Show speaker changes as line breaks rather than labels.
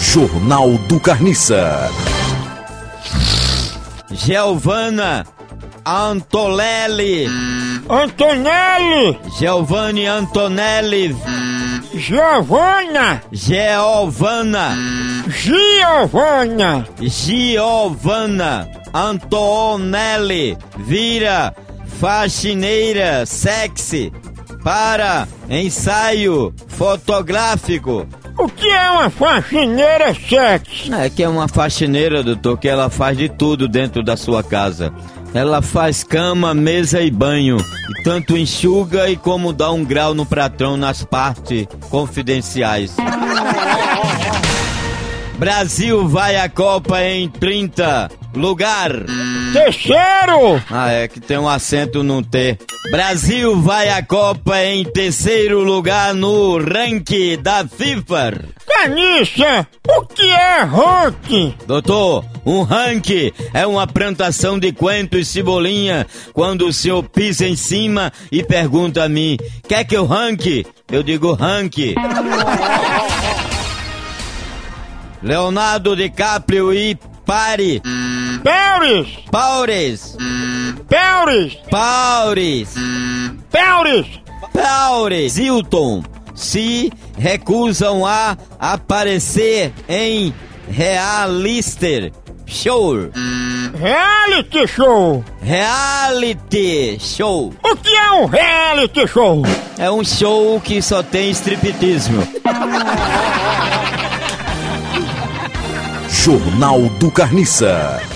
Jornal do Carniça.
Giovana Antolelli.
Antonelli,
Giovanni Antonelli.
Giovanna,
Geovana.
Giovanna,
Giovana Antonelli. Vira faxineira sexy para ensaio fotográfico.
o que é uma faxineira sexy?
É que é uma faxineira, doutor, que ela faz de tudo dentro da sua casa. Ela faz cama, mesa e banho. E tanto enxuga e como dá um grau no patrão nas partes confidenciais. Brasil vai à Copa em 30 lugar.
Terceiro,
Ah, é que tem um acento no T. Brasil vai à Copa em terceiro lugar no ranking da FIFA.
Canícia, o que é ranking?
Doutor, um rank é uma plantação de coentro e cebolinha. Quando o senhor pisa em cima e pergunta a mim, quer que eu ranque? Eu digo ranque. Leonardo DiCaprio e Pare,
Pérez,
Paures,
Pérez,
Paures,
Pérez,
Paures, Hilton se recusam a aparecer em Realister Show.
reality show.
Reality show
O que é um reality show?
é um show que só tem striptismo.
Jornal do Carniça.